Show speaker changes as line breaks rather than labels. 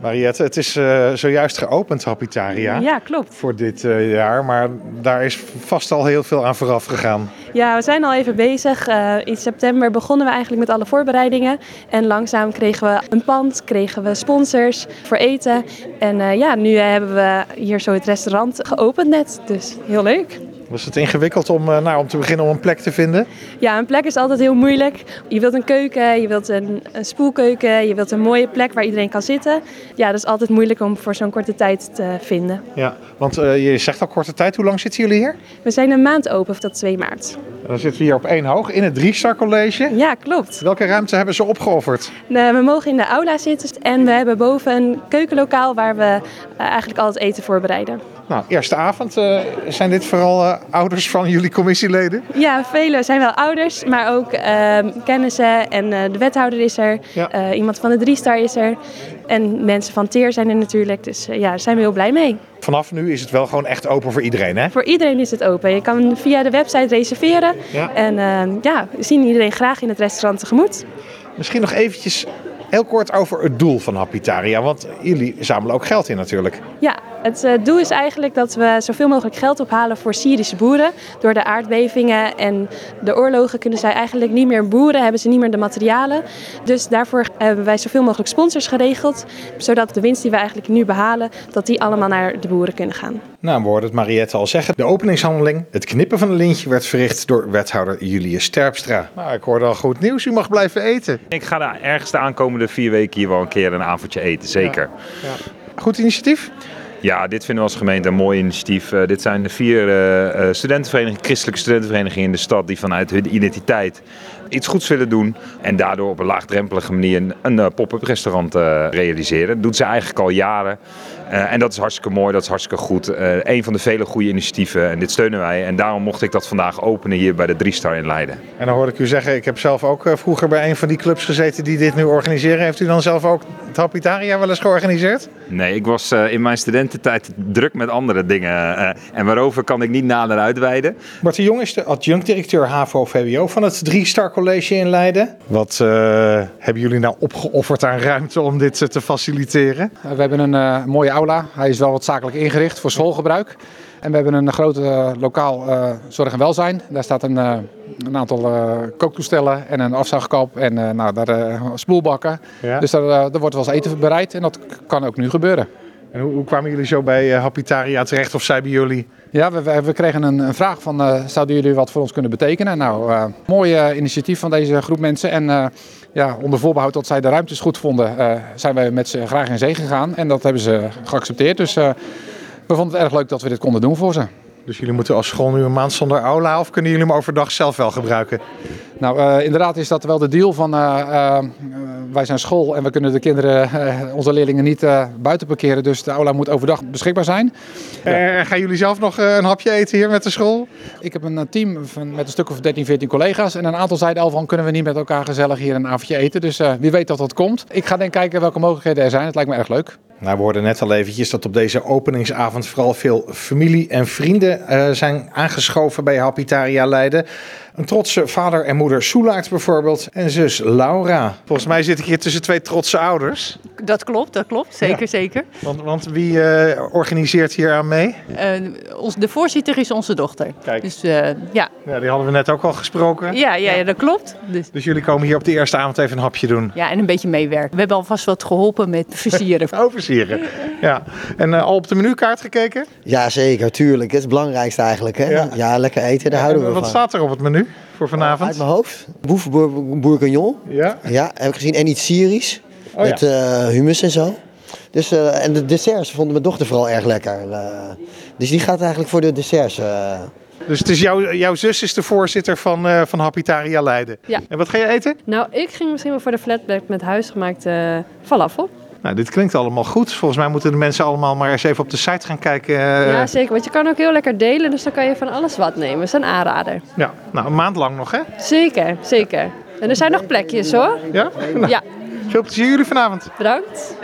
Mariette, het is eh, zojuist geopend, Habitaria.
Ja, klopt.
Voor dit eh, jaar, maar daar is vast al heel veel aan vooraf gegaan.
Ja, we zijn al even bezig. Eh, in september begonnen we eigenlijk met alle voorbereidingen. En langzaam kregen we een pand, kregen we sponsors voor eten. En eh, ja, nu hebben we hier zo het restaurant geopend net. Dus heel leuk.
Was het ingewikkeld om, eh, nou, om te beginnen om een plek te vinden?
Ja, een plek is altijd heel moeilijk. Je wilt een keuken, je wilt een, een spoelkeuken, je wilt een mooie plek waar iedereen kan zitten. Ja, dat is altijd moeilijk om voor zo'n korte tijd te vinden.
Ja, want eh, je zegt al korte tijd, hoe lang zitten jullie hier?
We zijn een maand open tot 2 maart.
Dan zitten we hier op één hoog in het Driestar College.
Ja, klopt.
Welke ruimte hebben ze opgeofferd?
Eh, We mogen in de aula zitten en we hebben boven een keukenlokaal waar we eh, eigenlijk al het eten voorbereiden.
Nou, eerste avond. eh, zijn dit vooral eh, ouders van jullie commissieleden?
Ja, velen zijn wel ouders, maar ook ehm, kennissen en eh, de wethouder is er.
Ja.
eh, iemand van de Driestar is er. En mensen van Teer zijn er natuurlijk, dus eh, ja, daar zijn we heel blij mee.
Vanaf nu is het wel gewoon echt open voor iedereen, hè?
Voor iedereen is het open. Je kan via de website reserveren.
Ja.
En ehm, ja, we zien iedereen graag in het restaurant tegemoet.
Misschien nog eventjes heel kort over het doel van Habitaria. Want jullie zamelen ook geld in natuurlijk.
Ja, het eh, doel is eigenlijk dat we zoveel mogelijk geld ophalen voor Syrische boeren. Door de aardbevingen en de oorlogen kunnen zij eigenlijk niet meer boeren, hebben ze niet meer de materialen. Dus daarvoor hebben wij zoveel mogelijk sponsors geregeld, zodat de winst die we eigenlijk nu behalen, dat die allemaal naar de boeren kunnen gaan.
Nou, we hoorden het Mariette al zeggen. De openingshandeling, het knippen van een lintje, werd verricht door wethouder Julius Terpstra. Nou, ik hoorde al goed nieuws. U mag blijven eten.
Ik ga daar ergens de aankomende vier weken hier wel een keer een avondje eten, zeker.
Goed initiatief.
Ja, dit vinden we als gemeente een mooi initiatief. Eh, dit zijn de vier eh, eh, studentenverenigingen, christelijke studentenverenigingen in de stad die vanuit hun identiteit iets goeds willen doen. En daardoor op een laagdrempelige manier een, een, eh, pop-up restaurant eh, realiseren. Dat doen ze eigenlijk al jaren. Eh, en dat is hartstikke mooi, dat is hartstikke goed. Eh een van de vele goede initiatieven en dit steunen wij. En daarom mocht ik dat vandaag openen hier bij de Driestar in Leiden.
En dan hoorde ik u zeggen, ik heb zelf ook eh, vroeger bij een van die clubs gezeten die dit nu organiseren. Heeft u dan zelf ook het Habitaria wel eens georganiseerd?
Nee, ik was eh, in mijn studententijd druk met andere dingen. eh, en waarover kan ik niet nader uitweiden.
Bart de Jong is de adjunct-directeur HAVO-VWO van het Driestar College in Leiden. Wat eh, hebben jullie nou opgeofferd aan ruimte om dit eh, te faciliteren?
We hebben een eh, mooie aula. Hij is wel wat zakelijk ingericht voor schoolgebruik. En we hebben een groot eh, lokaal eh, zorg en welzijn. Daar staat een, eh, een aantal eh, kooktoestellen en een afzuigkap en eh, nou, daar, eh, spoelbakken.
Ja.
Dus daar, eh, daar wordt wel eens eten bereid en dat k- kan ook nu gebeuren.
En hoe, hoe kwamen jullie zo bij eh, Habitaria terecht of zij bij jullie?
Ja, we, we, we kregen een, een vraag van, eh, zouden jullie wat voor ons kunnen betekenen? Nou, eh mooi eh, initiatief van deze groep mensen. En eh, ja, onder voorbehoud dat zij de ruimtes goed vonden, eh, zijn wij met ze graag in zee gegaan. En dat hebben ze geaccepteerd. Dus eh, we vonden het erg leuk dat we dit konden doen voor ze.
Dus jullie moeten als school nu een maand zonder aula of kunnen jullie hem overdag zelf wel gebruiken?
Nou, eh, inderdaad is dat wel de deal van eh, eh, eh, wij zijn school en we kunnen de kinderen, eh, onze leerlingen niet eh, buiten parkeren. Dus de aula moet overdag beschikbaar zijn.
Eh, gaan jullie zelf nog eh, een hapje eten hier met de school?
Ik heb een eh, team van, met een stuk of 13, 14 collega's. En een aantal zeiden al van kunnen we niet met elkaar gezellig hier een avondje eten. Dus eh, wie weet dat dat komt. Ik ga denk kijken welke mogelijkheden er zijn. Het lijkt me erg leuk.
Nou, we hoorden net al eventjes dat op deze openingsavond vooral veel familie en vrienden eh, zijn aangeschoven bij Hapitaria Leiden. Een trotse vader en moeder Soelaert bijvoorbeeld en zus Laura. Volgens mij zit ik hier tussen twee trotse ouders.
Dat klopt, dat klopt. Zeker, zeker.
Want, want wie eh, organiseert hier aan mee?
Eh, ons, de voorzitter is onze dochter.
Kijk.
Dus eh, ja.
Ja, die hadden we net ook al gesproken.
Ja, ja, ja, dat klopt. Dus,
Dus jullie komen hier op de eerste avond even een hapje doen.
ja, en een beetje meewerken. We hebben alvast wat geholpen met versieren.
Overzieren. Ja. En eh, al op de menukaart gekeken?
Ja, zeker, tuurlijk. Dat is het belangrijkste eigenlijk. Hè?
Ja.
Ja. lekker eten, daar houden we
eh, Wat
van.
staat er op het menu voor
Uit
vanavond?
mijn hoofd. Boef bour- bourguignon.
Ja.
Ja, heb ik gezien. En iets Syrisch.
Oh, ja.
met eh, hummus en zo. Dus, eh, en de desserts vonden mijn dochter vooral erg lekker. eh. dus die gaat eigenlijk voor de desserts. eh.
Dus het is jouw, jouw zus is de voorzitter van, eh van Hapitaria Leiden.
Ja.
En wat ga je eten?
Nou, ik ging misschien wel voor de flatbread met huisgemaakte eh, falafel.
Nou, dit klinkt allemaal goed. Volgens mij moeten de mensen allemaal maar eens even op de site gaan kijken. eh,
ja, zeker. Want je kan ook heel lekker delen, dus dan kan je van alles wat nemen. Dat is een aanrader.
ja. Nou, een maand lang nog, hè?
Zeker, zeker. En er zijn nog plekjes hoor.
Ja? Nou,
Ja,
Veel plezier jullie vanavond.
bedankt.